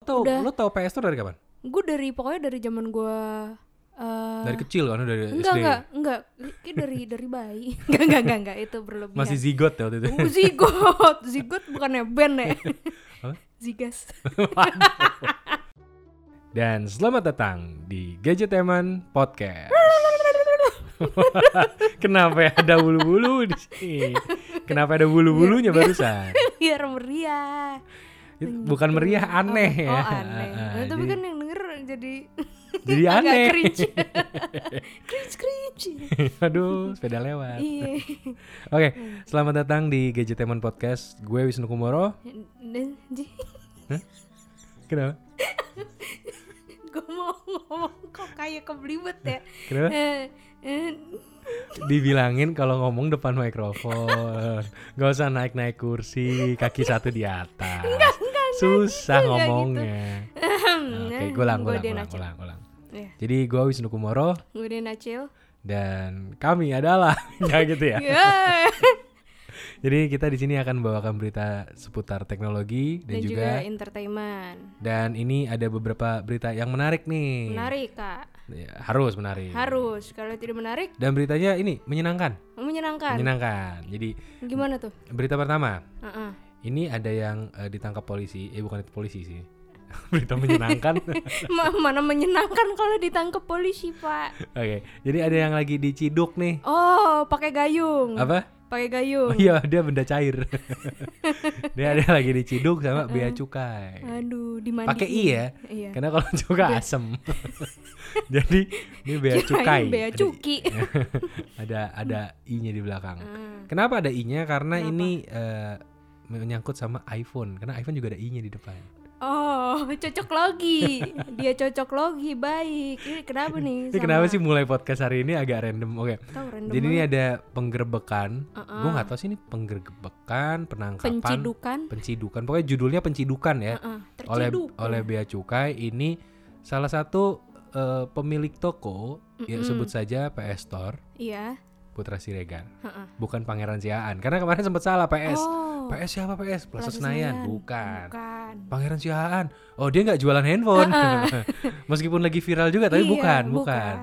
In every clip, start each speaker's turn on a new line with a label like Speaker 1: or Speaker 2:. Speaker 1: tuh
Speaker 2: udah-
Speaker 1: lu tahu PS tuh dari kapan?
Speaker 2: gue dari pokoknya dari zaman gue eh
Speaker 1: Dari kecil kan dari
Speaker 2: enggak
Speaker 1: SD.
Speaker 2: enggak enggak Kayak dari dari bayi enggak enggak enggak enggak itu berlebihan
Speaker 1: Masih zigot ya waktu itu.
Speaker 2: Oh, zigot zigot bukannya band ya
Speaker 1: Apa?
Speaker 2: zigas
Speaker 1: Dan selamat datang di Gadgeteman Podcast. Kenapa ya ada bulu-bulu di sini? Kenapa ada bulu-bulunya barusan?
Speaker 2: biar meriah
Speaker 1: Itu Bukan meriah aneh
Speaker 2: oh,
Speaker 1: ya.
Speaker 2: aneh
Speaker 1: Ah,
Speaker 2: Nah,
Speaker 1: ah,
Speaker 2: tapi
Speaker 1: jadi-
Speaker 2: kan yang denger jadi
Speaker 1: Jadi
Speaker 2: agak
Speaker 1: aneh.
Speaker 2: cringe cringe cringe
Speaker 1: Aduh, sepeda lewat. Oke,
Speaker 2: iya
Speaker 1: selamat datang di Gadgeteman Podcast. Gue Wisnu Kumoro.
Speaker 2: dan
Speaker 1: Kenapa?
Speaker 2: gue mau ngomong kok kayak keblibet ya
Speaker 1: Kenapa?
Speaker 2: Eh, eh,
Speaker 1: Dibilangin kalau ngomong depan mikrofon. Gak usah naik-naik kursi, kaki satu di atas. Susah
Speaker 2: gitu, nggak
Speaker 1: ngomongnya. Oke,
Speaker 2: nah,
Speaker 1: ulang,
Speaker 2: gua
Speaker 1: ulang,
Speaker 2: Dian
Speaker 1: ulang,
Speaker 2: Acil.
Speaker 1: ulang, ulang.
Speaker 2: Iya.
Speaker 1: Jadi gue Wisnu Kumoro
Speaker 2: gue Dian Acil.
Speaker 1: dan kami adalah ya gitu ya.
Speaker 2: Ya.
Speaker 1: Jadi kita di sini akan membawakan berita seputar teknologi dan,
Speaker 2: dan
Speaker 1: juga,
Speaker 2: juga entertainment
Speaker 1: dan ini ada beberapa berita yang menarik nih.
Speaker 2: menarik kak
Speaker 1: Ya, harus menarik.
Speaker 2: harus kalau tidak menarik
Speaker 1: Dan beritanya ini menyenangkan,
Speaker 2: menyenangkan
Speaker 1: menyenangkan. Jadi
Speaker 2: gimana tuh
Speaker 1: berita pertama,
Speaker 2: Heeh.
Speaker 1: ini ada yang eh, ditangkap polisi. Eh bukan polisi sih. berita menyenangkan.
Speaker 2: Ma- mana menyenangkan kalau ditangkap polisi pak
Speaker 1: Oke. Jadi ada yang lagi diciduk nih.
Speaker 2: oh pakai gayung
Speaker 1: Apa?
Speaker 2: pakai
Speaker 1: Oh
Speaker 2: gayung
Speaker 1: iya, dia benda cair. dia ada lagi diciduk sama bea cukai.
Speaker 2: aduh dimandiin
Speaker 1: Pakai i ya.
Speaker 2: iya
Speaker 1: Karena kalau cuka asem. Jadi ini bea cukai. Iya.
Speaker 2: Kirain bea
Speaker 1: Ada-
Speaker 2: cuki
Speaker 1: ada ada i-nya di belakang.
Speaker 2: Ah,
Speaker 1: Kenapa ada i-nya? Karena
Speaker 2: Kenapa?
Speaker 1: ini eh, menyangkut sama iPhone. Karena iPhone juga ada i-nya di depan.
Speaker 2: oh cocok logi dia cocok logi baik ini kenapa nih
Speaker 1: Ini kenapa sih mulai podcast hari ini agak random? Oke. Jadi ini ada penggerbekan.
Speaker 2: Uh-uh.
Speaker 1: Gue nggak tahu sih ini penggerbekan, penangkapan,
Speaker 2: pencidukan
Speaker 1: pencidukan. Pokoknya judulnya pencidukan ya.
Speaker 2: Heeh,
Speaker 1: oleh
Speaker 2: terciduk
Speaker 1: oleh bea cukai ini salah satu eh, pemilik toko ya
Speaker 2: Mm-mm.
Speaker 1: sebut saja PS Store
Speaker 2: iya
Speaker 1: Putra Siregar
Speaker 2: Heeh.
Speaker 1: bukan Pangeran Siaan karena kemarin sempat salah PS
Speaker 2: oh
Speaker 1: PS siapa PS Plaza, Senayan bukan
Speaker 2: bukan
Speaker 1: Pangeran Siaan oh dia nggak jualan handphone meskipun lagi viral juga Eh, tapi
Speaker 2: Iya,
Speaker 1: bukan bukan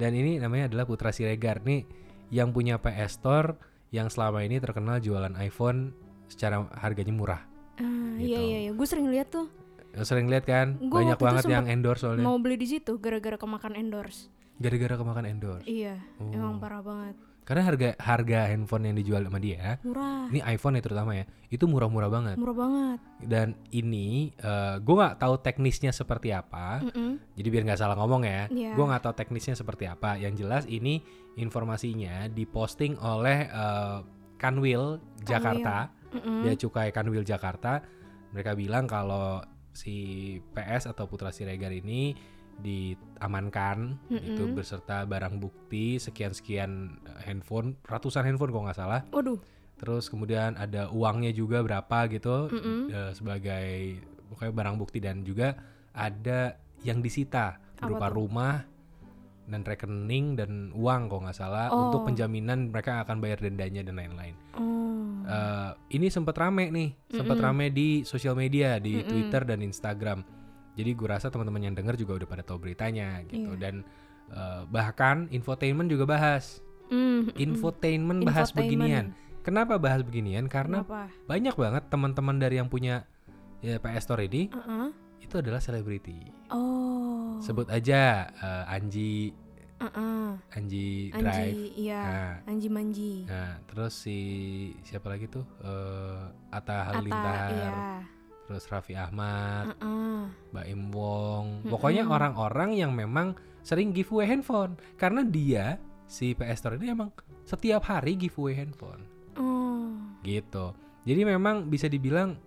Speaker 1: dan ini namanya adalah Putra Siregar nih yang punya PS Store yang selama ini terkenal jualan iPhone secara harganya murah
Speaker 2: Ah,
Speaker 1: Gitu.
Speaker 2: iya iya iya gue sering lihat tuh
Speaker 1: sering lihat kan
Speaker 2: Gua
Speaker 1: banyak
Speaker 2: waktu itu
Speaker 1: banget yang
Speaker 2: sempet
Speaker 1: endorse soalnya
Speaker 2: mau beli di situ gara-gara kemakan endorse
Speaker 1: gara-gara kemakan endorse
Speaker 2: iya
Speaker 1: Oh.
Speaker 2: emang parah banget
Speaker 1: Karena harga harga handphone yang dijual sama dia,
Speaker 2: murah
Speaker 1: ini iPhone ya terutama ya, itu murah-murah banget.
Speaker 2: murah banget
Speaker 1: Dan ini eh, gue nggak tahu teknisnya seperti apa,
Speaker 2: Mm-mm.
Speaker 1: jadi biar nggak salah ngomong ya.
Speaker 2: Iya.
Speaker 1: Gue nggak tahu teknisnya seperti apa. Yang jelas ini informasinya diposting oleh eh, Kanwil Jakarta,
Speaker 2: Mm-mm.
Speaker 1: dia cukai Kanwil Jakarta. Mereka bilang kalau si PS atau Putra Siregar ini diamankan itu
Speaker 2: Mm-mm.
Speaker 1: berserta barang bukti sekian-sekian eh, handphone ratusan handphone kalau nggak salah
Speaker 2: waduh
Speaker 1: terus kemudian ada uangnya juga berapa gitu
Speaker 2: Mm-mm.
Speaker 1: eh, sebagai pokoknya barang bukti dan juga ada yang disita
Speaker 2: Apa
Speaker 1: berupa
Speaker 2: tuh?
Speaker 1: rumah dan rekening dan uang kalau nggak salah untuk
Speaker 2: Oh.
Speaker 1: penjaminan mereka akan bayar dendanya dan lain-lain.
Speaker 2: oh
Speaker 1: Eh, ini sempat rame nih, sempat
Speaker 2: Mm-mm.
Speaker 1: rame di sosial media, di
Speaker 2: Mm-mm.
Speaker 1: Twitter dan Instagram. Jadi gue rasa teman-teman yang denger juga udah pada tahu beritanya gitu
Speaker 2: Iya.
Speaker 1: dan eh, bahkan infotainment juga bahas.
Speaker 2: Mm, mm-mm.
Speaker 1: Infotainment bahas
Speaker 2: Infotainment.
Speaker 1: beginian. Kenapa bahas beginian? Karena
Speaker 2: Kenapa?
Speaker 1: banyak banget teman-teman dari yang punya ya, PS Store ini
Speaker 2: Uh-uh.
Speaker 1: itu adalah selebriti.
Speaker 2: oh
Speaker 1: Sebut aja eh, Anji
Speaker 2: Uh-uh.
Speaker 1: Anji
Speaker 2: anji
Speaker 1: Drive.
Speaker 2: iya
Speaker 1: Nah,
Speaker 2: anji manji
Speaker 1: nah, terus si siapa lagi tuh? Eh, Atta
Speaker 2: Atta,
Speaker 1: Halilintar.
Speaker 2: iya
Speaker 1: terus Raffi Ahmad,
Speaker 2: Uh-uh.
Speaker 1: Mbak Im Wong, pokoknya
Speaker 2: Mm-mm.
Speaker 1: orang-orang yang memang sering giveaway handphone karena dia si PS Store ini emang setiap hari giveaway handphone
Speaker 2: oh
Speaker 1: gitu. Jadi memang bisa dibilang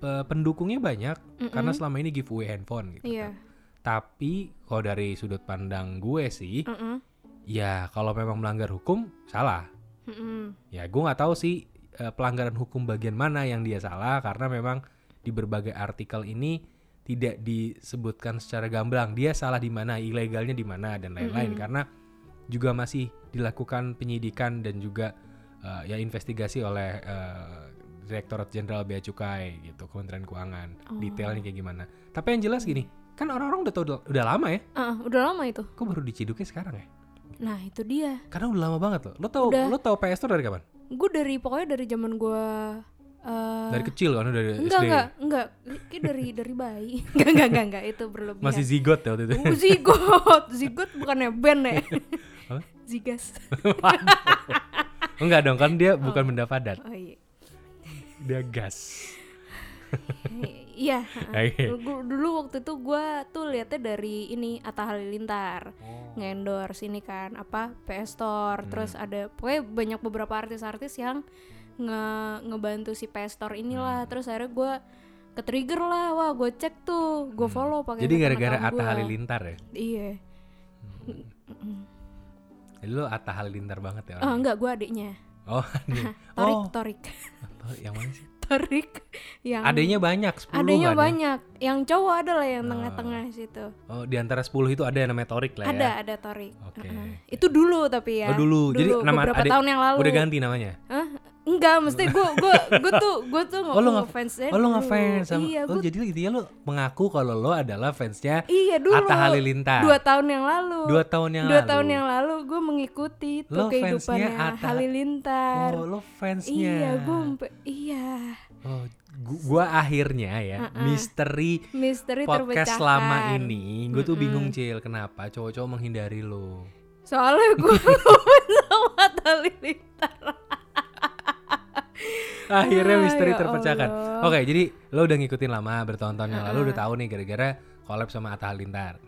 Speaker 1: eh, pendukungnya banyak
Speaker 2: Mm-mm.
Speaker 1: karena selama ini giveaway handphone gitu.
Speaker 2: Mm, iya
Speaker 1: kan. Tapi kalau dari sudut pandang gue sih,
Speaker 2: Uh-uh.
Speaker 1: ya kalau memang melanggar hukum salah.
Speaker 2: Mm-mm.
Speaker 1: Ya gue nggak tahu sih eh, pelanggaran hukum bagian mana yang dia salah karena memang di berbagai artikel ini tidak disebutkan secara gamblang dia salah di mana, ilegalnya di mana dan lain-lain
Speaker 2: Mm-mm.
Speaker 1: karena juga masih dilakukan penyidikan dan juga eh, ya investigasi oleh eh, Direktorat Jenderal Bea Cukai gitu, Kementerian Keuangan.
Speaker 2: Oh.
Speaker 1: Detailnya kayak gimana. Tapi yang jelas gini, kan orang-orang udah tau udah lama ya.
Speaker 2: Ah, udah lama itu.
Speaker 1: Kok baru diciduknya sekarang ya?
Speaker 2: Nah, itu dia.
Speaker 1: Karena udah lama banget loh. Lo tau
Speaker 2: Udah.
Speaker 1: lo tau PS Store dari kapan?
Speaker 2: Gue dari pokoknya dari zaman gue eh
Speaker 1: Dari kecil kan dari
Speaker 2: enggak,
Speaker 1: SD.
Speaker 2: enggak, enggak, Kayak dari dari bayi. Enggak, enggak, enggak, enggak, itu berlebihan.
Speaker 1: Masih zigot ya waktu itu.
Speaker 2: Uh, zigot. Zigot bukannya band ya.
Speaker 1: Apa?
Speaker 2: Zigas.
Speaker 1: enggak dong kan dia bukan benda padat,
Speaker 2: Oh iya.
Speaker 1: dia gas. Ya,
Speaker 2: Iya.
Speaker 1: Oke.
Speaker 2: Gua- Dulu waktu itu gue tuh liatnya dari ini Atta Halilintar ngendorse ini kan apa PS Store
Speaker 1: Hmm.
Speaker 2: terus ada pokoknya banyak beberapa artis-artis yang nge ngebantu si PS
Speaker 1: Hmm.
Speaker 2: Store inilah terus akhirnya gue ke trigger lah wah gue cek tuh gue follow pakai
Speaker 1: Hmm. Jadi gara-gara
Speaker 2: akun
Speaker 1: Atta
Speaker 2: gua.
Speaker 1: Halilintar ya.
Speaker 2: iya
Speaker 1: Jadi lo Atta Halilintar banget ya.
Speaker 2: Ah,
Speaker 1: orangnya.
Speaker 2: enggak gue adiknya
Speaker 1: Oh, ini.
Speaker 2: Torik
Speaker 1: oh,
Speaker 2: Torik
Speaker 1: apa- yang mana sih?
Speaker 2: Torik yang
Speaker 1: Adanya banyak, 10
Speaker 2: adanya
Speaker 1: kan ya? Ah.
Speaker 2: banyak yang cowok adalah yang tengah-tengah situ
Speaker 1: Oh, di antara 10 itu ada yang namanya Torik lah ya.
Speaker 2: ada ada Torik
Speaker 1: Oke.
Speaker 2: Heeh. itu dulu tapi
Speaker 1: Oh,
Speaker 2: ya
Speaker 1: dulu. Jadi nama
Speaker 2: beberapa
Speaker 1: adek-
Speaker 2: tahun yang lalu
Speaker 1: Udah ganti namanya.
Speaker 2: Hah? Enggak, mesti gue gue gue tuh gue tuh
Speaker 1: Oh, lo nggak-
Speaker 2: ngefansnya
Speaker 1: Oh, lo
Speaker 2: dulu.
Speaker 1: ngefans sama
Speaker 2: iya,
Speaker 1: Oh,
Speaker 2: gua,
Speaker 1: jadi intinya lo mengaku kalau lo adalah fansnya
Speaker 2: iya dulu
Speaker 1: Atta Halilintar.
Speaker 2: dua tahun yang lalu
Speaker 1: Dua tahun yang
Speaker 2: Dua
Speaker 1: lalu.
Speaker 2: tahun yang lalu gue mengikuti itu
Speaker 1: Lo
Speaker 2: kehidupannya
Speaker 1: fansnya Atta-
Speaker 2: Halilintar
Speaker 1: Oh, lo fansnya.
Speaker 2: iya gue iya
Speaker 1: Oh, gu- gua akhirnya ya misteri
Speaker 2: misteri
Speaker 1: podcast
Speaker 2: terpecahkan
Speaker 1: selama ini gue tuh bingung cil kenapa cowok-cowok menghindari lo
Speaker 2: soalnya gue sama Atta Halilintar
Speaker 1: akhirnya
Speaker 2: Ah,
Speaker 1: misteri
Speaker 2: ya
Speaker 1: terpecahkan
Speaker 2: Allah.
Speaker 1: oke jadi lo udah ngikutin lama bertahun-tahun yang lalu udah tahu nih gara-gara collab sama Atta Halilintar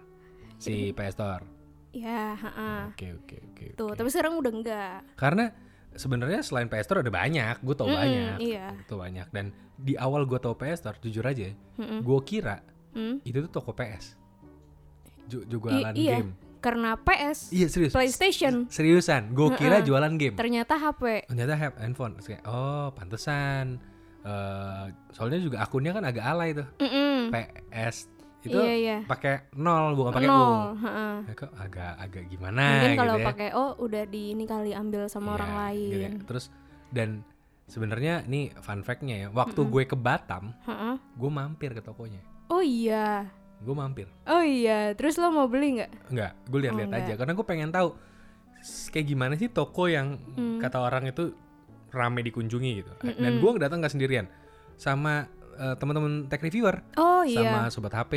Speaker 1: si PS Store
Speaker 2: ya heeh.
Speaker 1: oke oke oke
Speaker 2: tuh
Speaker 1: oke.
Speaker 2: tapi sekarang udah enggak
Speaker 1: karena sebenarnya selain PS Store ada banyak gue tau
Speaker 2: Mm-mm,
Speaker 1: banyak
Speaker 2: iya.
Speaker 1: Gua tau banyak dan di awal gue tau PS Store jujur aja
Speaker 2: Mm-mm.
Speaker 1: gue kira
Speaker 2: Hmm?
Speaker 1: itu tuh toko PS Ju-
Speaker 2: I-
Speaker 1: jualan
Speaker 2: iya
Speaker 1: game
Speaker 2: karena PS
Speaker 1: iya serius
Speaker 2: PlayStation
Speaker 1: seriusan gue kira jualan game
Speaker 2: ternyata HP
Speaker 1: ternyata have handphone Terus kayak, oh pantesan Eh, soalnya juga akunnya kan agak alay tuh
Speaker 2: Mm-mm.
Speaker 1: PS itu
Speaker 2: Mm. iya iya
Speaker 1: pakai nol bukan Oh, pakai u
Speaker 2: nol heeh.
Speaker 1: ya, kok agak agak gimana
Speaker 2: mungkin
Speaker 1: gitu
Speaker 2: kalau
Speaker 1: ya.
Speaker 2: pakai oh udah di ini kali ambil
Speaker 1: Iya,
Speaker 2: sama orang
Speaker 1: gitu ya.
Speaker 2: lain
Speaker 1: terus dan sebenarnya nih fun fact-nya ya waktu gue ke Batam
Speaker 2: Heeh.
Speaker 1: gue mampir ke tokonya
Speaker 2: oh iya
Speaker 1: gue mampir
Speaker 2: oh iya terus lo mau beli nggak
Speaker 1: enggak gue lihat-lihat
Speaker 2: Oh,
Speaker 1: aja karena gue pengen tahu s- kayak gimana sih toko yang
Speaker 2: Hmm.
Speaker 1: kata orang itu rame dikunjungi gitu dan gue datang nggak sendirian sama eh, teman-teman tech reviewer
Speaker 2: oh
Speaker 1: sama
Speaker 2: iya
Speaker 1: sobat HP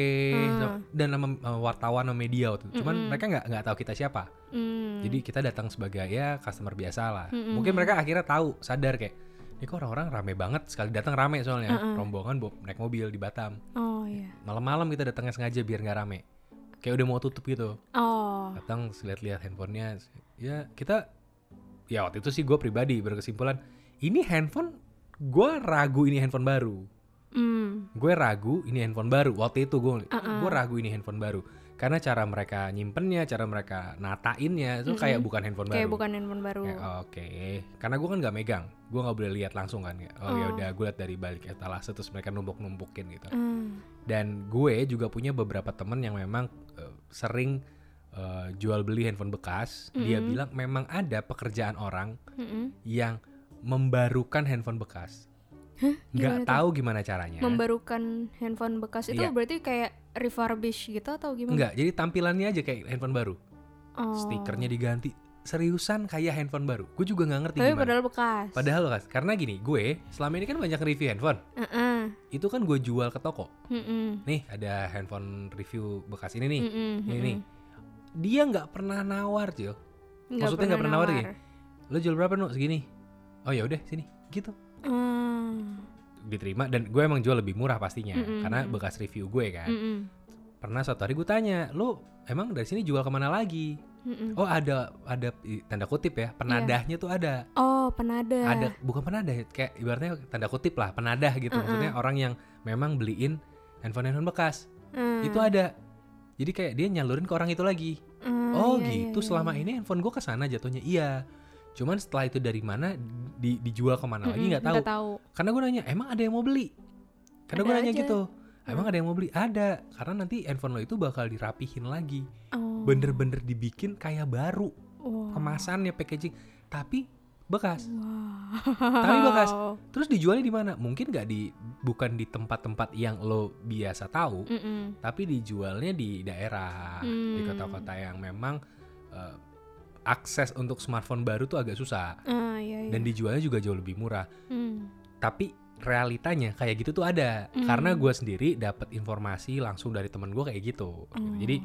Speaker 1: sama- dan sama eh, wartawan sama media waktu itu. cuman mereka nggak nggak tahu kita siapa
Speaker 2: Hmm.
Speaker 1: jadi kita datang sebagai ya customer biasa lah mungkin mereka akhirnya tahu sadar kayak ini kok orang-orang rame banget sekali datang rame soalnya rombongan bawa naik mobil di Batam
Speaker 2: oh iya
Speaker 1: malam-malam kita datangnya sengaja biar nggak rame kayak udah mau tutup gitu
Speaker 2: oh
Speaker 1: datang terus lihat-lihat handphonenya ya kita ya waktu itu sih gue pribadi berkesimpulan ini handphone gue ragu ini handphone baru
Speaker 2: Hmm.
Speaker 1: gue ragu ini handphone baru waktu itu gue
Speaker 2: Uh-uh.
Speaker 1: gue ragu ini handphone baru karena cara mereka nyimpennya cara mereka natainnya itu kayak bukan handphone
Speaker 2: kayak
Speaker 1: baru
Speaker 2: bukan handphone baru
Speaker 1: Kayak, oh. oke karena gue kan nggak megang gue nggak boleh lihat langsung kan Kayak, oh, ya udah gue lihat dari balik etalase terus mereka numpuk numpukin gitu
Speaker 2: Hmm.
Speaker 1: dan gue juga punya beberapa temen yang memang eh, sering eh, jual beli handphone bekas dia
Speaker 2: Mm-hmm.
Speaker 1: bilang memang ada pekerjaan orang
Speaker 2: Mm-mm.
Speaker 1: yang membarukan handphone bekas nggak tahu gimana caranya
Speaker 2: membarukan handphone bekas itu
Speaker 1: Ya. Iya.
Speaker 2: berarti kayak refurbish gitu atau gimana
Speaker 1: Enggak, jadi tampilannya aja kayak handphone baru.
Speaker 2: oh.
Speaker 1: Stikernya diganti. Seriusan kayak handphone baru. Gue juga nggak ngerti
Speaker 2: tapi
Speaker 1: gimana.
Speaker 2: padahal bekas
Speaker 1: Padahal kan, karena gini, gue selama ini kan banyak review handphone.
Speaker 2: Heeh. Hmm.
Speaker 1: Itu kan gue jual ke toko.
Speaker 2: Mm-mm.
Speaker 1: Nih, ada handphone review bekas ini nih.
Speaker 2: Mm-mm.
Speaker 1: Ini nih. Dia nggak pernah nawar, Cil.
Speaker 2: Nggak
Speaker 1: Maksudnya nggak pernah nawar ya? Lo jual berapa, Nu? Segini. Oh ya udah, sini. Gitu.
Speaker 2: Hmm.
Speaker 1: Diterima dan gue emang jual lebih murah pastinya karena bekas review gue kan.
Speaker 2: Mm-mm.
Speaker 1: Pernah satu hari gue tanya, "Lo emang dari sini jual kemana lagi?"
Speaker 2: Mm-mm.
Speaker 1: Oh ada ada i- tanda kutip ya penadahnya tuh ada
Speaker 2: oh penada
Speaker 1: ada bukan penadah ya, kayak ibaratnya tanda kutip lah penadah gitu maksudnya orang yang memang beliin handphone handphone bekas
Speaker 2: Hmm.
Speaker 1: itu ada jadi kayak dia nyalurin ke orang itu lagi
Speaker 2: Hmm,
Speaker 1: oh
Speaker 2: iya, iya,
Speaker 1: gitu
Speaker 2: iya.
Speaker 1: selama ini handphone gue kesana jatuhnya iya cuman setelah itu dari mana di- dijual kemana lagi
Speaker 2: Mm-mm,
Speaker 1: nggak tahu
Speaker 2: Hmm, nggak tahu.
Speaker 1: karena gue nanya emang ada yang mau beli karena
Speaker 2: Ada
Speaker 1: gue nanya
Speaker 2: aja. Hmm.
Speaker 1: gitu emang ada yang mau beli ada karena nanti handphone lo itu bakal dirapihin lagi
Speaker 2: Oh.
Speaker 1: bener-bener dibikin kayak baru
Speaker 2: Wah.
Speaker 1: kemasannya packaging tapi bekas
Speaker 2: Wow.
Speaker 1: Tapi bekas. terus dijualnya di mana mungkin nggak di bukan di tempat-tempat yang lo biasa tahu
Speaker 2: Mm-mm.
Speaker 1: tapi dijualnya di daerah di
Speaker 2: Hmm.
Speaker 1: kota-kota yang memang eh, akses untuk smartphone baru tuh agak susah
Speaker 2: Ah, iya, iya.
Speaker 1: dan dijualnya juga jauh lebih murah
Speaker 2: Hmm.
Speaker 1: tapi realitanya kayak gitu tuh ada
Speaker 2: Hmm.
Speaker 1: karena gue sendiri dapat informasi langsung dari temen gue kayak gitu
Speaker 2: Oh.
Speaker 1: jadi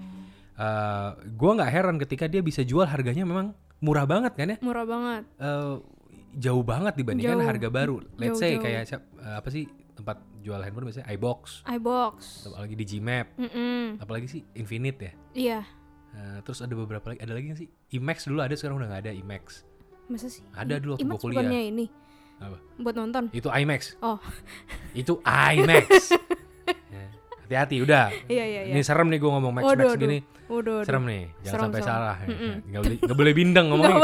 Speaker 1: eh, gue nggak heran ketika dia bisa jual harganya memang murah banget kan ya
Speaker 2: murah banget.
Speaker 1: eh, jauh banget dibandingkan
Speaker 2: Jauh.
Speaker 1: harga baru. Let's say
Speaker 2: Jauh-jauh.
Speaker 1: kayak siap- eh, apa sih tempat jual handphone biasanya iBox,
Speaker 2: iBox.
Speaker 1: apalagi di Gmap,
Speaker 2: Mm-mm.
Speaker 1: apalagi sih Infinite ya.
Speaker 2: Iya.
Speaker 1: Eh, terus ada beberapa lagi, ada lagi nggak sih? IMAX dulu ada sekarang udah nggak ada IMAX.
Speaker 2: Masa sih?
Speaker 1: Ada
Speaker 2: I-
Speaker 1: dulu waktu
Speaker 2: IMAX
Speaker 1: gua kuliah.
Speaker 2: bukannya ini.
Speaker 1: Apa?
Speaker 2: Buat nonton.
Speaker 1: Itu IMAX.
Speaker 2: Oh.
Speaker 1: Itu IMAX. Ya, Hati-hati udah.
Speaker 2: Iya, iya, iya.
Speaker 1: Ini serem nih gue ngomong Max
Speaker 2: Waduh,
Speaker 1: Max
Speaker 2: waduh.
Speaker 1: gini.
Speaker 2: Waduh.
Speaker 1: Serem nih. Jangan
Speaker 2: Serem,
Speaker 1: sampai
Speaker 2: serem.
Speaker 1: salah. Ya,
Speaker 2: Mm-mm.
Speaker 1: Nggak boleh nggak boleh bindeng ngomongnya.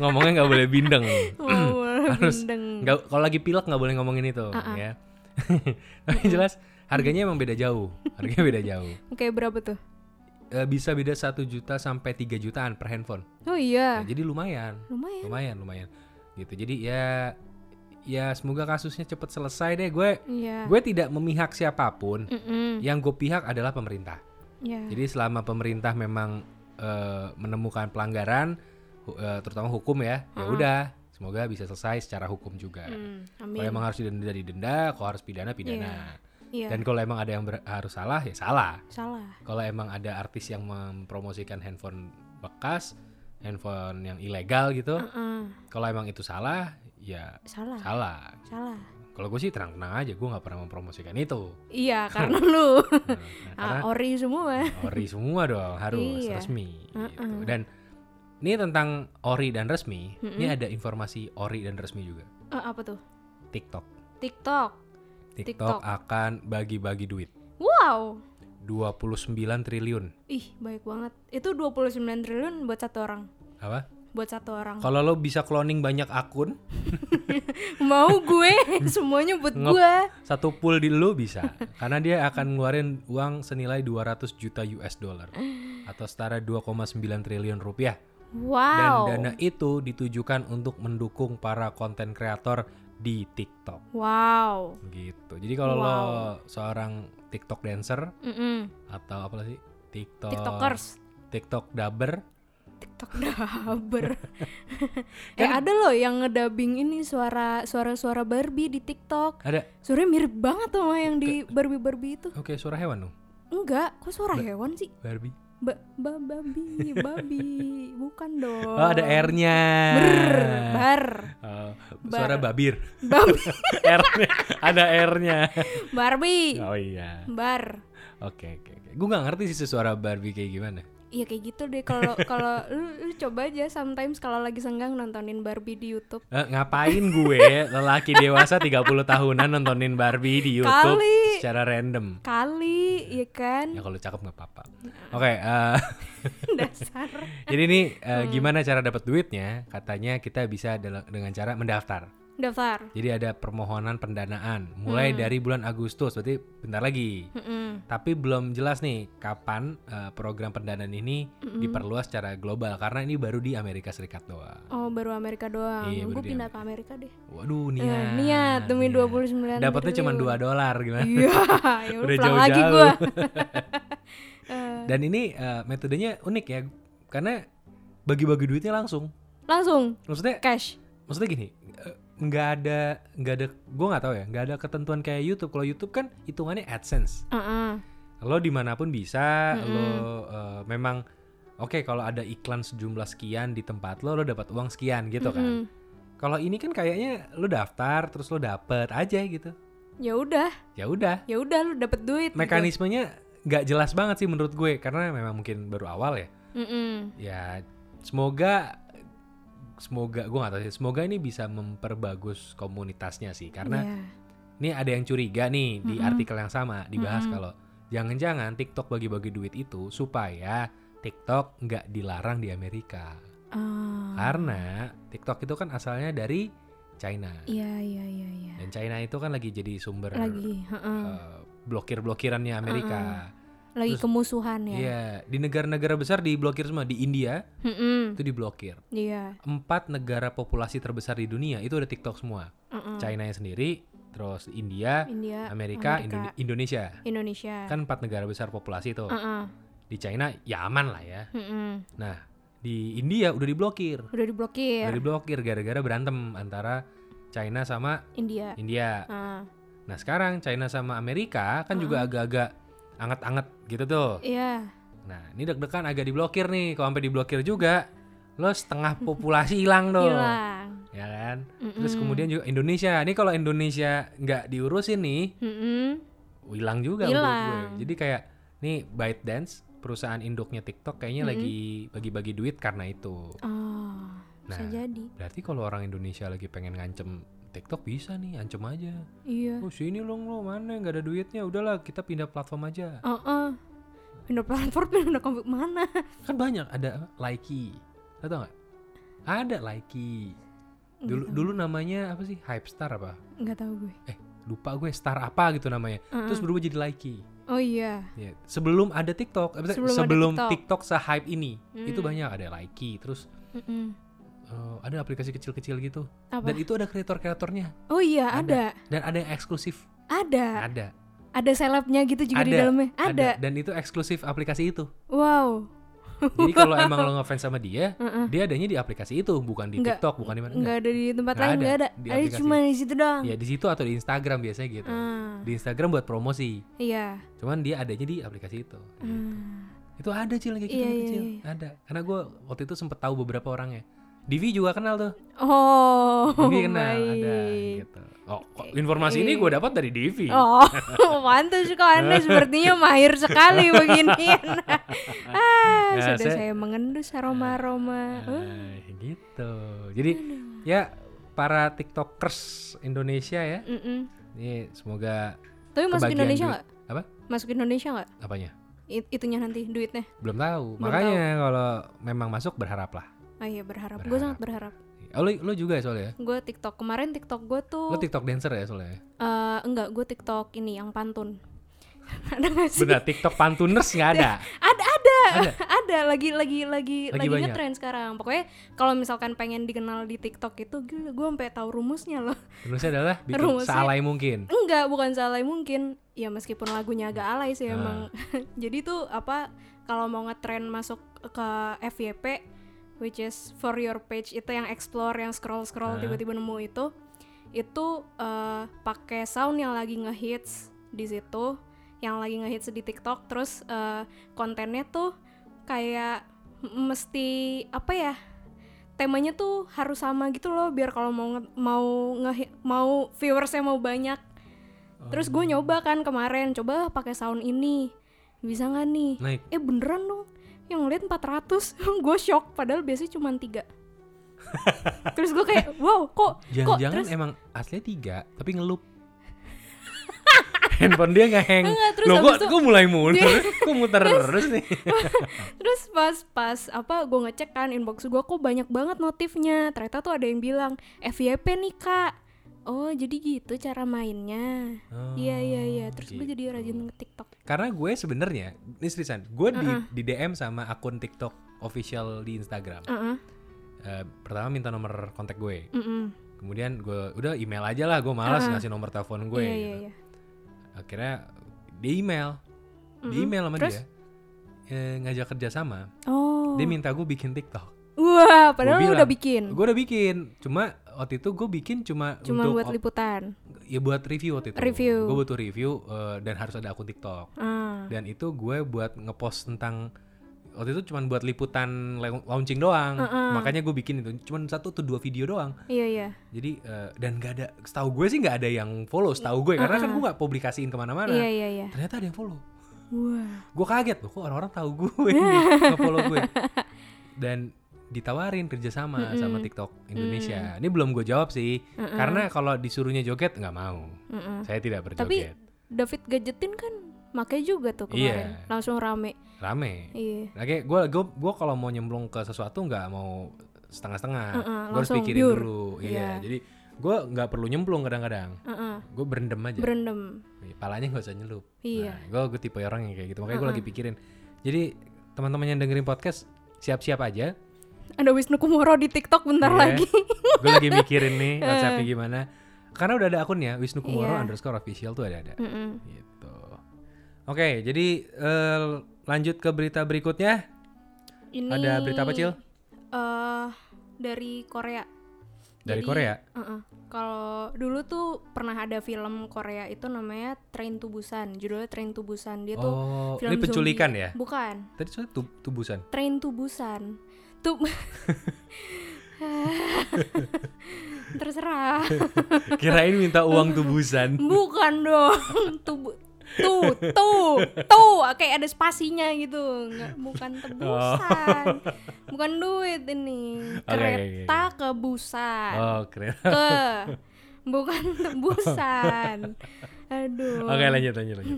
Speaker 1: ngomongnya nggak boleh bindeng. Harus
Speaker 2: Harus
Speaker 1: Nggak, kalau lagi pilek nggak boleh ngomongin itu,
Speaker 2: Ah, ah.
Speaker 1: ya. Tapi jelas harganya emang beda jauh, harganya beda jauh.
Speaker 2: Oke, berapa tuh?
Speaker 1: Eh, bisa beda 1 juta sampai 3 jutaan per handphone. Nah,
Speaker 2: Oh iya.
Speaker 1: jadi lumayan,
Speaker 2: Lumayan.
Speaker 1: lumayan, lumayan. Gitu. Jadi ya, ya semoga kasusnya cepet selesai deh. Gue,
Speaker 2: Iya.
Speaker 1: gue tidak memihak siapapun.
Speaker 2: Mm-mm.
Speaker 1: Yang gue pihak adalah pemerintah.
Speaker 2: Iya.
Speaker 1: Jadi selama pemerintah memang eh, menemukan pelanggaran, hu- eh, terutama hukum ya, ya
Speaker 2: Mm.
Speaker 1: udah. Semoga bisa selesai secara hukum juga.
Speaker 2: Mm,
Speaker 1: Kalau
Speaker 2: Amin.
Speaker 1: emang harus didenda didenda, kalau harus pidana pidana.
Speaker 2: Iya.
Speaker 1: Dan kalau emang ada yang ber- harus salah ya salah.
Speaker 2: Salah.
Speaker 1: Kalau emang ada artis yang mempromosikan handphone bekas, handphone yang ilegal gitu,
Speaker 2: Heeh. Ah.
Speaker 1: kalau emang itu salah ya
Speaker 2: Salah.
Speaker 1: salah.
Speaker 2: Salah.
Speaker 1: Kalau gue sih terang-terang aja, gue nggak pernah mempromosikan itu.
Speaker 2: Iya, karena
Speaker 1: Nah,
Speaker 2: lu
Speaker 1: nah, karena
Speaker 2: ah, ori semua.
Speaker 1: ori semua dong harus
Speaker 2: Iya.
Speaker 1: resmi. Gitu.
Speaker 2: Mm-mm.
Speaker 1: Dan ini tentang ori dan resmi, ini
Speaker 2: Mm-mm.
Speaker 1: ada informasi ori dan resmi juga.
Speaker 2: Eh, apa tuh?
Speaker 1: TikTok,
Speaker 2: TikTok. TikTok.
Speaker 1: TikTok akan bagi-bagi duit.
Speaker 2: Wow.
Speaker 1: 29 triliun.
Speaker 2: Ih, baik banget. Itu 29 triliun buat satu orang.
Speaker 1: Apa?
Speaker 2: Buat satu orang.
Speaker 1: Kalau lo bisa cloning banyak akun,
Speaker 2: Mau gue semuanya buat
Speaker 1: Ngep.
Speaker 2: gue.
Speaker 1: satu pool di lo bisa. Karena dia akan ngeluarin uang senilai 200 juta US dollar atau setara 2,9 triliun rupiah.
Speaker 2: Wow.
Speaker 1: Dan dana itu ditujukan untuk mendukung para konten kreator di TikTok
Speaker 2: Wow.
Speaker 1: gitu. Jadi kalau lo
Speaker 2: Wow.
Speaker 1: seorang TikTok dancer
Speaker 2: Mm-mm.
Speaker 1: atau apa sih? TikTok
Speaker 2: TikTokers.
Speaker 1: TikTok dubber.
Speaker 2: TikTok daber. eh ada loh yang ngedabing ini suara suara suara Barbie di TikTok.
Speaker 1: Ada.
Speaker 2: Suaranya mirip banget sama yang di Barbie Barbie itu.
Speaker 1: Oke, suara hewan dong.
Speaker 2: Enggak, kok suara hewan sih?
Speaker 1: Barbie.
Speaker 2: Ba ba babi, babi. Bukan dong.
Speaker 1: Oh, ada R-nya.
Speaker 2: Ber, bar,
Speaker 1: Oh,
Speaker 2: Bar.
Speaker 1: suara babir.
Speaker 2: Babi.
Speaker 1: r ada R-nya.
Speaker 2: Barbie,
Speaker 1: Oh iya.
Speaker 2: bar.
Speaker 1: Oke, oke, oke. Gue gak ngerti sih suara Barbie kayak gimana.
Speaker 2: Iya kayak gitu deh kalau kalau lu, lu coba aja sometimes kalau lagi senggang nontonin Barbie di YouTube.
Speaker 1: Eh, ngapain gue lelaki dewasa 30 tahunan nontonin Barbie di YouTube
Speaker 2: Kali.
Speaker 1: secara random?
Speaker 2: Kali, ya
Speaker 1: Ya
Speaker 2: kan?
Speaker 1: kalau cakep nggak apa-apa. Oke, eh,
Speaker 2: Dasar.
Speaker 1: jadi ini
Speaker 2: Hmm.
Speaker 1: eh, gimana cara dapat duitnya? Katanya kita bisa dela- dengan cara mendaftar.
Speaker 2: Daftar.
Speaker 1: Jadi ada permohonan pendanaan
Speaker 2: Hmm.
Speaker 1: mulai dari bulan Agustus, berarti bentar lagi.
Speaker 2: Mm-mm.
Speaker 1: Tapi belum jelas nih kapan eh, program pendanaan ini
Speaker 2: Hmm.
Speaker 1: diperluas secara global karena ini baru di Amerika Serikat doang.
Speaker 2: Oh, baru Amerika doang.
Speaker 1: Iya, baru
Speaker 2: Gue
Speaker 1: di
Speaker 2: pindah ke Amerika deh.
Speaker 1: Waduh,
Speaker 2: Eh,
Speaker 1: niat.
Speaker 2: niat demi
Speaker 1: niat.
Speaker 2: 29
Speaker 1: Dapatnya cuma 2 dolar gimana?
Speaker 2: Iya, ya udah
Speaker 1: Udah
Speaker 2: pulang lagi
Speaker 1: jauh-jauh.
Speaker 2: gue.
Speaker 1: Dan ini eh, metodenya unik ya. Karena bagi-bagi duitnya langsung.
Speaker 2: Langsung
Speaker 1: Maksudnya
Speaker 2: cash.
Speaker 1: maksudnya gini, eh, nggak ada nggak ada gue nggak tahu ya, nggak ada ketentuan kayak YouTube. Kalau YouTube kan hitungannya AdSense.
Speaker 2: Heeh.
Speaker 1: Lo dimanapun bisa,
Speaker 2: Mm-mm.
Speaker 1: lo eh, memang oke kalau ada iklan sejumlah sekian di tempat lo, lo dapat uang sekian gitu kan.
Speaker 2: Mm-mm.
Speaker 1: Kalau ini kan kayaknya lo daftar terus lo dapet aja gitu.
Speaker 2: Ya udah,
Speaker 1: Ya udah,
Speaker 2: ya udah lu dapet duit. gitu.
Speaker 1: mekanismenya nggak jelas banget sih menurut gue karena memang mungkin baru awal ya.
Speaker 2: Mm-mm.
Speaker 1: ya semoga semoga gue gak tahu sih semoga ini bisa memperbagus komunitasnya sih karena
Speaker 2: Iya.
Speaker 1: ini ada yang curiga nih di
Speaker 2: Mm-mm.
Speaker 1: artikel yang sama dibahas
Speaker 2: Mm-mm.
Speaker 1: kalau jangan-jangan TikTok bagi-bagi duit itu supaya TikTok nggak dilarang di Amerika
Speaker 2: Ah.
Speaker 1: karena TikTok itu kan asalnya dari China
Speaker 2: Iya, iya, iya, iya.
Speaker 1: dan China itu kan lagi jadi sumber
Speaker 2: ah. Lagi, heeh. Ah,
Speaker 1: eh, blokir-blokirannya Amerika
Speaker 2: lagi
Speaker 1: Terus-
Speaker 2: kemusuhan ya.
Speaker 1: Iya, di negara-negara besar diblokir semua. Di India
Speaker 2: Mm-mm.
Speaker 1: itu diblokir.
Speaker 2: Iya.
Speaker 1: Empat negara populasi terbesar di dunia itu ada TikTok semua.
Speaker 2: Mm-mm. Iya,
Speaker 1: China nya sendiri, terus India,
Speaker 2: India,
Speaker 1: Amerika, Indone- Indonesia.
Speaker 2: Indonesia.
Speaker 1: Kan empat negara besar populasi itu.
Speaker 2: Mm-mm.
Speaker 1: Di China ya aman lah ya.
Speaker 2: Mm-mm.
Speaker 1: Nah, di India udah diblokir.
Speaker 2: Udah diblokir
Speaker 1: Udah diblokir gara-gara berantem antara China sama
Speaker 2: India.
Speaker 1: India.
Speaker 2: Ah.
Speaker 1: Nah, sekarang China sama Amerika kan juga agak-agak anget-anget gitu tuh.
Speaker 2: Iya.
Speaker 1: Nah, ini deg-degan agak diblokir nih. Kalau sampai diblokir juga, lo setengah populasi hilang dong.
Speaker 2: Hilang.
Speaker 1: Ya kan? Terus
Speaker 2: Mm-mm.
Speaker 1: kemudian juga Indonesia. Ini kalau Indonesia nggak diurusin nih,
Speaker 2: Mm-mm.
Speaker 1: hilang juga menurut gue.
Speaker 2: Hilang.
Speaker 1: Jadi kayak nih ByteDance, perusahaan induknya TikTok kayaknya
Speaker 2: Mm-mm.
Speaker 1: lagi bagi-bagi duit karena itu.
Speaker 2: Oh, bisa
Speaker 1: Nah.
Speaker 2: jadi.
Speaker 1: Berarti kalau orang Indonesia lagi pengen ngancem TikTok bisa nih, ancem aja.
Speaker 2: Iya.
Speaker 1: Oh sini lo lo mana nggak ada duitnya, udahlah kita pindah platform aja.
Speaker 2: Oh, oh. Pindah platform, pindah komik mana?
Speaker 1: Kan banyak ada Likee, Lo tau nggak? Ada Likee. Dulu
Speaker 2: Nggak tahu.
Speaker 1: dulu namanya apa sih? Hypestar apa?
Speaker 2: nggak tahu gue.
Speaker 1: Lupa gue Star apa gitu namanya. Terus berubah jadi Likee.
Speaker 2: Oh iya.
Speaker 1: Ya, sebelum ada TikTok, eh,
Speaker 2: Sebelum
Speaker 1: sebelum,
Speaker 2: ada
Speaker 1: TikTok. se-hype ini, itu
Speaker 2: Hmm.
Speaker 1: banyak ada Likee, terus
Speaker 2: Mm-mm.
Speaker 1: eh, ada aplikasi kecil-kecil gitu.
Speaker 2: Apa?
Speaker 1: Dan itu ada kreator-kreatornya
Speaker 2: oh iya, ada.
Speaker 1: dan ada yang eksklusif.
Speaker 2: Ada.
Speaker 1: Ada.
Speaker 2: Ada selebnya gitu juga di
Speaker 1: Ada,
Speaker 2: dalamnya. Ada.
Speaker 1: Dan itu eksklusif aplikasi itu.
Speaker 2: Wow.
Speaker 1: Jadi kalau emang lo ngefans sama dia,
Speaker 2: Heeh.
Speaker 1: dia adanya di aplikasi itu, bukan di
Speaker 2: Nggak-
Speaker 1: TikTok, bukan di mana
Speaker 2: Nggak ada di tempat
Speaker 1: Nggak
Speaker 2: lain,
Speaker 1: ada
Speaker 2: nggak ada.
Speaker 1: di
Speaker 2: Ada
Speaker 1: aplikasi.
Speaker 2: cuma di situ doang.
Speaker 1: Ya di situ atau di Instagram biasanya gitu.
Speaker 2: Ah,
Speaker 1: Di Instagram buat promosi.
Speaker 2: Iya.
Speaker 1: Cuman dia adanya di aplikasi itu.
Speaker 2: Ah.
Speaker 1: Itu ada cil kayak gitu
Speaker 2: Iya,
Speaker 1: anak
Speaker 2: iya,
Speaker 1: kecil.
Speaker 2: iya.
Speaker 1: Ada. Karena gue waktu itu sempet tahu beberapa orangnya. Divi juga kenal tuh.
Speaker 2: Oh,
Speaker 1: Divi kenal ada
Speaker 2: baik.
Speaker 1: gitu. Oh, kok informasi ini gue dapat dari Divi.
Speaker 2: Oh, pantas kok Anda sepertinya mahir sekali beginian. ah,
Speaker 1: Ya,
Speaker 2: sudah
Speaker 1: saya-
Speaker 2: saya, mengendus aroma-aroma. Eh,
Speaker 1: Nah, gitu. Jadi ya para TikTokers Indonesia ya.
Speaker 2: mm-mm.
Speaker 1: Ini semoga
Speaker 2: Tapi masuk
Speaker 1: kebagian
Speaker 2: Indonesia
Speaker 1: duit.
Speaker 2: nggak?
Speaker 1: Apa?
Speaker 2: Masuk Indonesia nggak?
Speaker 1: Apanya?
Speaker 2: It- itunya nanti duitnya.
Speaker 1: Belum tahu.
Speaker 2: Belum
Speaker 1: Makanya kalau memang masuk berharaplah.
Speaker 2: Oh iya berharap. Gue
Speaker 1: Berharap.
Speaker 2: sangat berharap.
Speaker 1: Oh, lo, lo juga ya soalnya. ya?
Speaker 2: Gue TikTok kemarin TikTok gue tuh
Speaker 1: Lo TikTok dancer ya soalnya. ya?
Speaker 2: eh, enggak gue TikTok ini yang pantun. ada nggak sih?
Speaker 1: Benar, TikTok pantuners nggak ada.
Speaker 2: Ada ada
Speaker 1: Ada.
Speaker 2: ada lagi lagi lagi
Speaker 1: Lagi
Speaker 2: lagi,
Speaker 1: banyak.
Speaker 2: ngetrend sekarang. Pokoknya kalau misalkan pengen dikenal di TikTok itu gila gue sampai tahu rumusnya loh.
Speaker 1: Rumusnya adalah bikin
Speaker 2: Rumusnya-
Speaker 1: sealai mungkin.
Speaker 2: Enggak, bukan salah mungkin. Ya meskipun lagunya agak alay sih
Speaker 1: Ah.
Speaker 2: emang. Jadi tuh apa kalau mau ngetrend masuk ke FYP which is for your page itu yang explore yang scroll
Speaker 1: Ah.
Speaker 2: scroll tiba-tiba nemu itu itu eh, pakai sound yang lagi ngehits di situ yang lagi ngehits di TikTok terus eh, kontennya tuh kayak m- mesti apa ya temanya tuh harus sama gitu loh biar kalau mau nge- mau nge- mau viewersnya mau banyak
Speaker 1: Oh.
Speaker 2: terus gue nyoba kan kemarin coba pakai sound ini bisa nggak nih
Speaker 1: Naik.
Speaker 2: eh beneran dong yang ngeliat 400 gue shock padahal biasanya cuma tiga terus gue kayak wow kok kok
Speaker 1: Jangan-jangan
Speaker 2: terus
Speaker 1: emang aslinya tiga, tapi ngelup. Handphone dia nggak hang.
Speaker 2: Enggak, terus
Speaker 1: Loh,
Speaker 2: habis
Speaker 1: kok,
Speaker 2: itu-
Speaker 1: kok mulai mundur? kok muter terus nih?
Speaker 2: terus pas pas apa gue ngecek kan inbox gue kok banyak banget notifnya ternyata tuh ada yang bilang FYP nih kak oh jadi gitu cara mainnya iya iya iya terus gue jadi
Speaker 1: gitu.
Speaker 2: rajin nge TikTok
Speaker 1: Oh. Karena gue sebenarnya, ini seriusan, gue di, di DM sama akun TikTok official di Instagram.
Speaker 2: Heeh,
Speaker 1: Eh, pertama minta nomor kontak gue.
Speaker 2: mm-mm.
Speaker 1: Kemudian gue udah email aja lah, gue malas ngasih nomor telepon gue.
Speaker 2: Ah. iya
Speaker 1: gitu.
Speaker 2: iya iya
Speaker 1: Akhirnya di email, di
Speaker 2: Mm-mm.
Speaker 1: email sama
Speaker 2: Terus?
Speaker 1: dia eh, ngajak kerjasama.
Speaker 2: oh
Speaker 1: Dia minta gue bikin TikTok.
Speaker 2: wah padahal
Speaker 1: Gua
Speaker 2: lu
Speaker 1: bilang,
Speaker 2: udah bikin
Speaker 1: Gue udah bikin, cuma waktu itu gue bikin cuma,
Speaker 2: cuma
Speaker 1: untuk
Speaker 2: buat
Speaker 1: op-
Speaker 2: liputan
Speaker 1: ya buat review waktu itu.
Speaker 2: Review.
Speaker 1: Gue butuh review eh, dan harus ada akun TikTok.
Speaker 2: ah
Speaker 1: Dan itu gue buat ngepost tentang waktu itu cuma buat liputan la- launching doang.
Speaker 2: Ah,
Speaker 1: Makanya gue bikin itu cuma satu atau dua video doang.
Speaker 2: iya iya
Speaker 1: Jadi eh, dan gak ada, setahu gue sih nggak ada yang follow. Setahu gue karena kan gue nggak publikasiin kemana-mana.
Speaker 2: iya iya iya
Speaker 1: Ternyata ada yang follow.
Speaker 2: wah
Speaker 1: Gue kaget loh, kok orang-orang tahu gue nih, follow gue. Dan ditawarin kerjasama sama TikTok
Speaker 2: Mm.
Speaker 1: Indonesia. Ini belum gue jawab sih, karena kalau disuruhnya joget nggak mau.
Speaker 2: Mm-mm.
Speaker 1: Saya tidak
Speaker 2: Mm. Tapi
Speaker 1: berjoget.
Speaker 2: David Gadgetin kan makanya juga tuh kemarin
Speaker 1: Iya.
Speaker 2: langsung rame.
Speaker 1: Rame.
Speaker 2: Iya.
Speaker 1: Oke, gue gue gue kalau mau nyemplung ke sesuatu nggak mau setengah-setengah.
Speaker 2: Heeh,
Speaker 1: gue harus
Speaker 2: langsung
Speaker 1: pikirin
Speaker 2: pure.
Speaker 1: dulu. Iya.
Speaker 2: Iya.
Speaker 1: Jadi gue nggak perlu nyemplung kadang-kadang
Speaker 2: Heeh.
Speaker 1: gue berendam aja
Speaker 2: berendam
Speaker 1: Ya, palanya nggak usah nyelup
Speaker 2: Iya.
Speaker 1: nah, gue tipe orang yang kayak gitu makanya gue lagi pikirin jadi teman-teman yang dengerin podcast siap-siap aja
Speaker 2: ada Wisnu Kumoro di TikTok bentar
Speaker 1: Iya.
Speaker 2: lagi
Speaker 1: gue lagi mikirin nih konsepnya gimana karena udah ada akunnya Wisnu Kumoro
Speaker 2: Iya.
Speaker 1: underscore official tuh ada ada
Speaker 2: Mm-mm.
Speaker 1: gitu oke jadi eh, lanjut ke berita berikutnya
Speaker 2: ini
Speaker 1: ada berita apa cil
Speaker 2: eh, dari Korea
Speaker 1: dari
Speaker 2: Jadi,
Speaker 1: Korea
Speaker 2: Heeh. Kalau dulu tuh pernah ada film Korea itu namanya Train to Busan. Judulnya Train to Busan. Dia tuh
Speaker 1: oh
Speaker 2: film
Speaker 1: ini penculikan
Speaker 2: zombie.
Speaker 1: ya
Speaker 2: Bukan.
Speaker 1: tadi soalnya tub- tubusan
Speaker 2: Train to Busan. Tuh Terserah.
Speaker 1: kirain minta uang tubusan
Speaker 2: Bukan dong. Tuh tuh tuh tuh kayak ada spasinya gitu. Nggak, bukan
Speaker 1: Oh.
Speaker 2: tebusan. Bukan duit ini.
Speaker 1: Oke, oke, oke,
Speaker 2: Kereta ke Busan.
Speaker 1: oh keren
Speaker 2: ke bukan tebusan aduh
Speaker 1: oke lanjut lanjut lanjut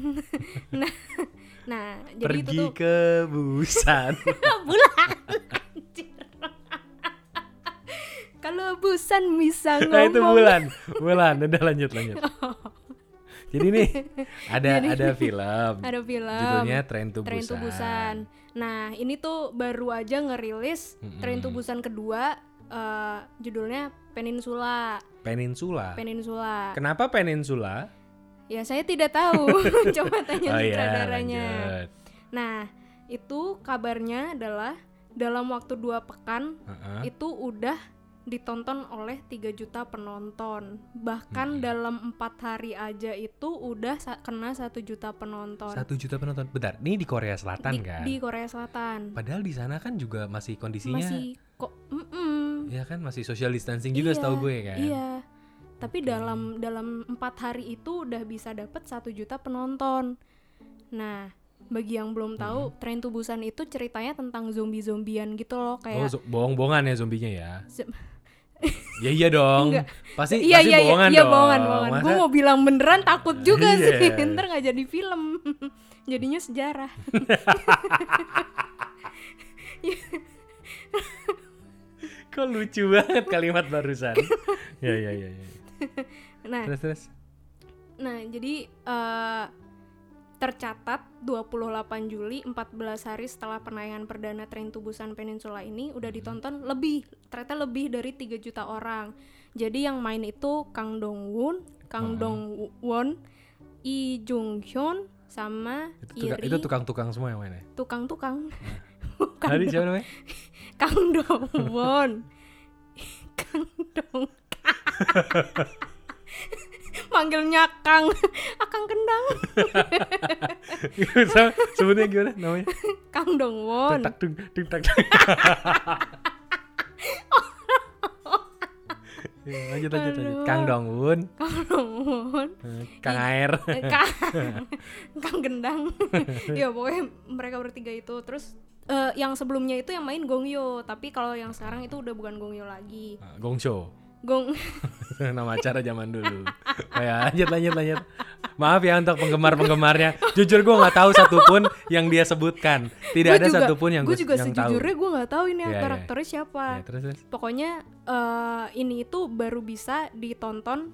Speaker 2: nah jadi itu
Speaker 1: pergi
Speaker 2: tuh
Speaker 1: ke busan
Speaker 2: bulan Anjir. kalau busan bisa
Speaker 1: nah itu
Speaker 2: ngomong
Speaker 1: bulan bulan udah lanjut lanjut jadi nih ada ada film
Speaker 2: ada film
Speaker 1: judulnya Train to
Speaker 2: Train to
Speaker 1: Busan.
Speaker 2: Busan. Nah, ini tuh baru aja ngerilis Train to Busan kedua eh, judulnya
Speaker 1: Ah.
Speaker 2: Peninsula.
Speaker 1: Peninsula.
Speaker 2: Peninsula.
Speaker 1: Kenapa Peninsula? Oh, iya,
Speaker 2: Ya saya tidak tahu. Coba tanya sutradaranya.
Speaker 1: lanjut.
Speaker 2: Nah, itu kabarnya adalah dalam waktu dua pekan
Speaker 1: Heeh.
Speaker 2: itu udah ditonton oleh 3 juta penonton. Bahkan dalam empat hari aja itu udah sa- kena satu juta penonton
Speaker 1: Satu juta penonton. Bentar, ini di Korea Selatan
Speaker 2: di,
Speaker 1: kan?
Speaker 2: di Korea Selatan.
Speaker 1: Padahal di sana kan juga masih kondisinya,
Speaker 2: Masih kok mm-mm.
Speaker 1: ya kan masih social distancing juga
Speaker 2: Iya,
Speaker 1: setahu gue kan?
Speaker 2: Iya. Tapi dalam dalam empat hari itu udah bisa dapet satu juta penonton. Nah, bagi yang belum tahu, Tren Tubusan itu ceritanya tentang zombie-zombian gitu loh
Speaker 1: Oh,
Speaker 2: kayak
Speaker 1: zo- bohong-bohongan ya zombinya ya?
Speaker 2: Zo-
Speaker 1: ya iya dong.
Speaker 2: Enggak.
Speaker 1: Pasti
Speaker 2: iya
Speaker 1: pasti
Speaker 2: iya iya
Speaker 1: bohongan
Speaker 2: iya
Speaker 1: dong.
Speaker 2: bohongan bohongan
Speaker 1: Masa-
Speaker 2: gue mau bilang beneran takut juga
Speaker 1: Iya.
Speaker 2: sih ntar nggak jadi film jadinya sejarah
Speaker 1: Kok lucu banget kalimat barusan. ya ya ya ya.
Speaker 2: nah
Speaker 1: Terus terus.
Speaker 2: nah jadi eh, tercatat 28 Juli 14 hari setelah penayangan perdana Train Tubusan Peninsula ini udah
Speaker 1: Hmm.
Speaker 2: ditonton lebih ternyata lebih dari 3 juta orang jadi yang main itu Kang Dong Woon
Speaker 1: Hmm.
Speaker 2: Kang Dong Won Lee Jung Hyun sama
Speaker 1: Itu tuka-
Speaker 2: Iri
Speaker 1: itu tukang-tukang semua yang mainnya.
Speaker 2: tukang-tukang Bukan
Speaker 1: Tadi siapa namanya?
Speaker 2: Kang Dongwon Kang Dong Manggilnya Kang Akang Kendang
Speaker 1: Gimana? Sebutnya gimana namanya?
Speaker 2: Kang Dongwon
Speaker 1: Tak dung dung tak dung. Ya, lanjut lanjut lanjut.
Speaker 2: Aduh.
Speaker 1: Kang Dongwon,
Speaker 2: Kang Dongwon
Speaker 1: Kang Air.
Speaker 2: eh, Kang Kang Gendang ya pokoknya mereka bertiga itu terus eh, yang sebelumnya itu yang main Gongyo tapi kalau yang sekarang itu udah bukan Gongyo lagi
Speaker 1: Ah, Gongcho.
Speaker 2: Gong
Speaker 1: Nama acara zaman dulu. Ya, lanjut lanjut lanjut. Maaf ya untuk penggemar-penggemarnya. Jujur gue nggak tahu satupun yang dia sebutkan. Tidak
Speaker 2: Gua
Speaker 1: ada
Speaker 2: juga-
Speaker 1: satupun yang
Speaker 2: gua
Speaker 1: gue
Speaker 2: juga
Speaker 1: yang tahu.
Speaker 2: sejujurnya gue nggak tahu
Speaker 1: Iya,
Speaker 2: ini
Speaker 1: iya.
Speaker 2: aktor aktornya siapa
Speaker 1: Ya, terus terus.
Speaker 2: pokoknya eh, ini itu baru bisa ditonton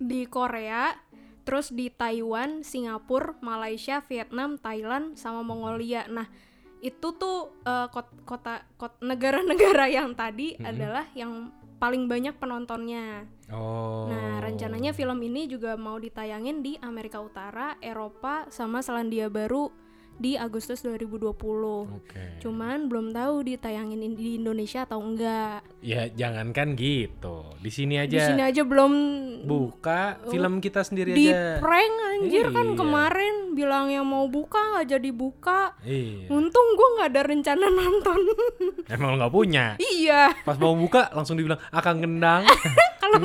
Speaker 2: di Korea, terus di Taiwan, Singapura, Malaysia, Vietnam, Thailand, sama Mongolia. Nah, itu tuh eh, kot- kota kot- negara-negara yang tadi adalah yang paling banyak penontonnya.
Speaker 1: Oh.
Speaker 2: Nah, rencananya film ini juga mau ditayangin di Amerika Utara, Eropa, sama Selandia Baru di Agustus 2020.
Speaker 1: Oke.
Speaker 2: Cuman belum tahu ditayangin in- di Indonesia atau enggak.
Speaker 1: Ya jangankan gitu. Di sini
Speaker 2: Di
Speaker 1: aja
Speaker 2: sini aja belum
Speaker 1: buka film kita sendiri
Speaker 2: di
Speaker 1: aja.
Speaker 2: prank anjir
Speaker 1: Iya.
Speaker 2: kan kemarin bilang yang mau buka nggak jadi buka.
Speaker 1: Iya.
Speaker 2: Untung gua nggak ada rencana nonton.
Speaker 1: Emang nggak punya.
Speaker 2: iya,
Speaker 1: Pas mau buka langsung dibilang akang gendang.
Speaker 2: kalau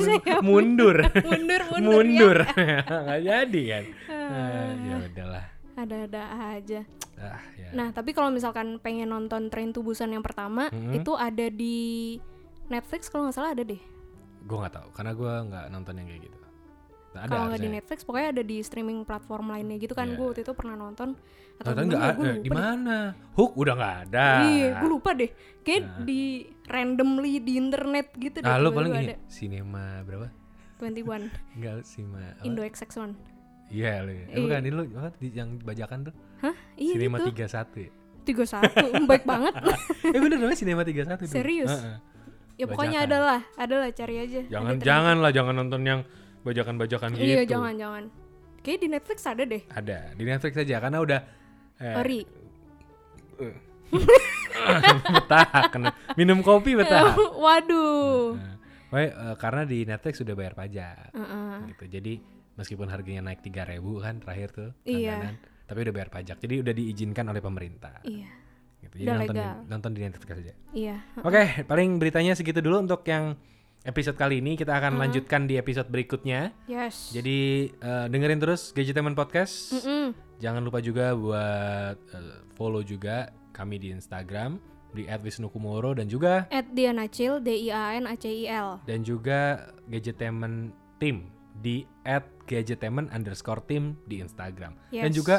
Speaker 2: saya
Speaker 1: mundur.
Speaker 2: ya, mundur ya. mundur.
Speaker 1: mundur. Nggak jadi kan. Ah, ya udahlah.
Speaker 2: Eh, Ada-ada aja.
Speaker 1: Ah, ya.
Speaker 2: Nah, tapi kalau misalkan pengen nonton Train to Busan yang pertama,
Speaker 1: Mhm.
Speaker 2: itu ada di Netflix kalau nggak salah ada deh.
Speaker 1: Gue nggak tahu karena gue nggak nonton yang kayak gitu. Ada
Speaker 2: kalau nggak di
Speaker 1: harusnya.
Speaker 2: Netflix pokoknya ada di streaming platform lainnya gitu kan
Speaker 1: Iya.
Speaker 2: gue waktu itu pernah nonton atau
Speaker 1: Ternyata
Speaker 2: gimana
Speaker 1: nggak Eh,
Speaker 2: ya,
Speaker 1: ada. Di
Speaker 2: gua lupa deh.
Speaker 1: mana? Hook udah nggak ada.
Speaker 2: iya gue lupa deh kayak
Speaker 1: Nah.
Speaker 2: di randomly di internet gitu deh
Speaker 1: Nah, lo
Speaker 2: tiba-tiba
Speaker 1: paling ini
Speaker 2: ada
Speaker 1: sinema berapa?
Speaker 2: 21
Speaker 1: Enggak sinema. apa?
Speaker 2: Indo XX1
Speaker 1: Iya lo. ya. Eh,
Speaker 2: Iya.
Speaker 1: bukan ini lo apa, di- yang bajakan tuh.
Speaker 2: hah iya
Speaker 1: sinema
Speaker 2: gitu
Speaker 1: 31 ya.
Speaker 2: 31 baik banget
Speaker 1: Eh bener namanya sinema 31 dulu.
Speaker 2: Serius?
Speaker 1: Heeh.
Speaker 2: ya
Speaker 1: Bajakan.
Speaker 2: pokoknya adalah adalah cari aja ada
Speaker 1: Jangan
Speaker 2: ternyata.
Speaker 1: jangan lah jangan nonton yang bajakan-bajakan gitu.
Speaker 2: iya jangan jangan kayak di Netflix ada deh
Speaker 1: Ada di Netflix aja karena udah eh,
Speaker 2: ori
Speaker 1: betah kena minum kopi betah.
Speaker 2: waduh
Speaker 1: Nah, Wah, eh, karena di Netflix sudah bayar pajak.
Speaker 2: Heeh.
Speaker 1: gitu. Jadi meskipun harganya naik 3000 kan terakhir tuh
Speaker 2: Iya.
Speaker 1: langganan, tapi udah bayar pajak. Jadi udah diizinkan oleh pemerintah.
Speaker 2: iya
Speaker 1: Gitu. Jadi
Speaker 2: Udah
Speaker 1: nonton di,
Speaker 2: legal.
Speaker 1: nonton di Netflix aja.
Speaker 2: iya
Speaker 1: Oke, paling beritanya segitu dulu untuk yang episode kali ini. Kita akan lanjutkan di episode berikutnya.
Speaker 2: yes
Speaker 1: Jadi eh, dengerin terus Gadgetainment Podcast.
Speaker 2: Mm-mm.
Speaker 1: Jangan lupa juga buat eh, follow juga kami di Instagram di @wisnukumoro dan juga
Speaker 2: at Dianacil D I A N A C I L
Speaker 1: dan juga Gadgetainment Team di @gadgetainment underscore team di Instagram. Dan
Speaker 2: Yes.
Speaker 1: juga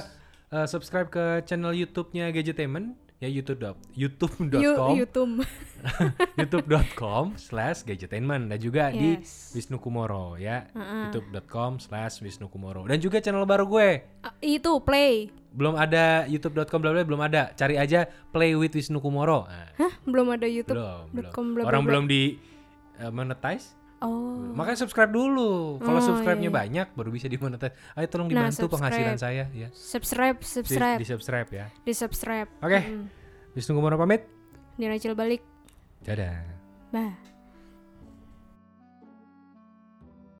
Speaker 1: eh, subscribe ke channel YouTube-nya Gadgetainment ya youtube dot- youtube.com
Speaker 2: You- YouTube
Speaker 1: youtube.com slash gadgetainment dan juga di
Speaker 2: Yes.
Speaker 1: Wisnu Kumoro ya youtube.com slash Wisnu Kumoro dan juga channel baru gue
Speaker 2: Ah, itu play
Speaker 1: belum ada youtube.com bla bla belum ada cari aja play with Wisnu Kumoro Nah,
Speaker 2: Hah? belum ada YouTube
Speaker 1: belum belum
Speaker 2: com bla bla
Speaker 1: orang
Speaker 2: bla.
Speaker 1: belum di eh, monetize
Speaker 2: oh
Speaker 1: makanya subscribe dulu kalau
Speaker 2: Oh,
Speaker 1: subscribe-nya
Speaker 2: iya, iya.
Speaker 1: banyak baru bisa dimonetize ayo tolong
Speaker 2: Nah,
Speaker 1: dibantu penghasilan
Speaker 2: subscribe.
Speaker 1: saya ya
Speaker 2: subscribe
Speaker 1: di,
Speaker 2: subscribe
Speaker 1: di subscribe ya
Speaker 2: di subscribe
Speaker 1: oke
Speaker 2: Mm.
Speaker 1: Wisnu Kumoro pamit
Speaker 2: Dianacil balik
Speaker 1: dadah
Speaker 2: bah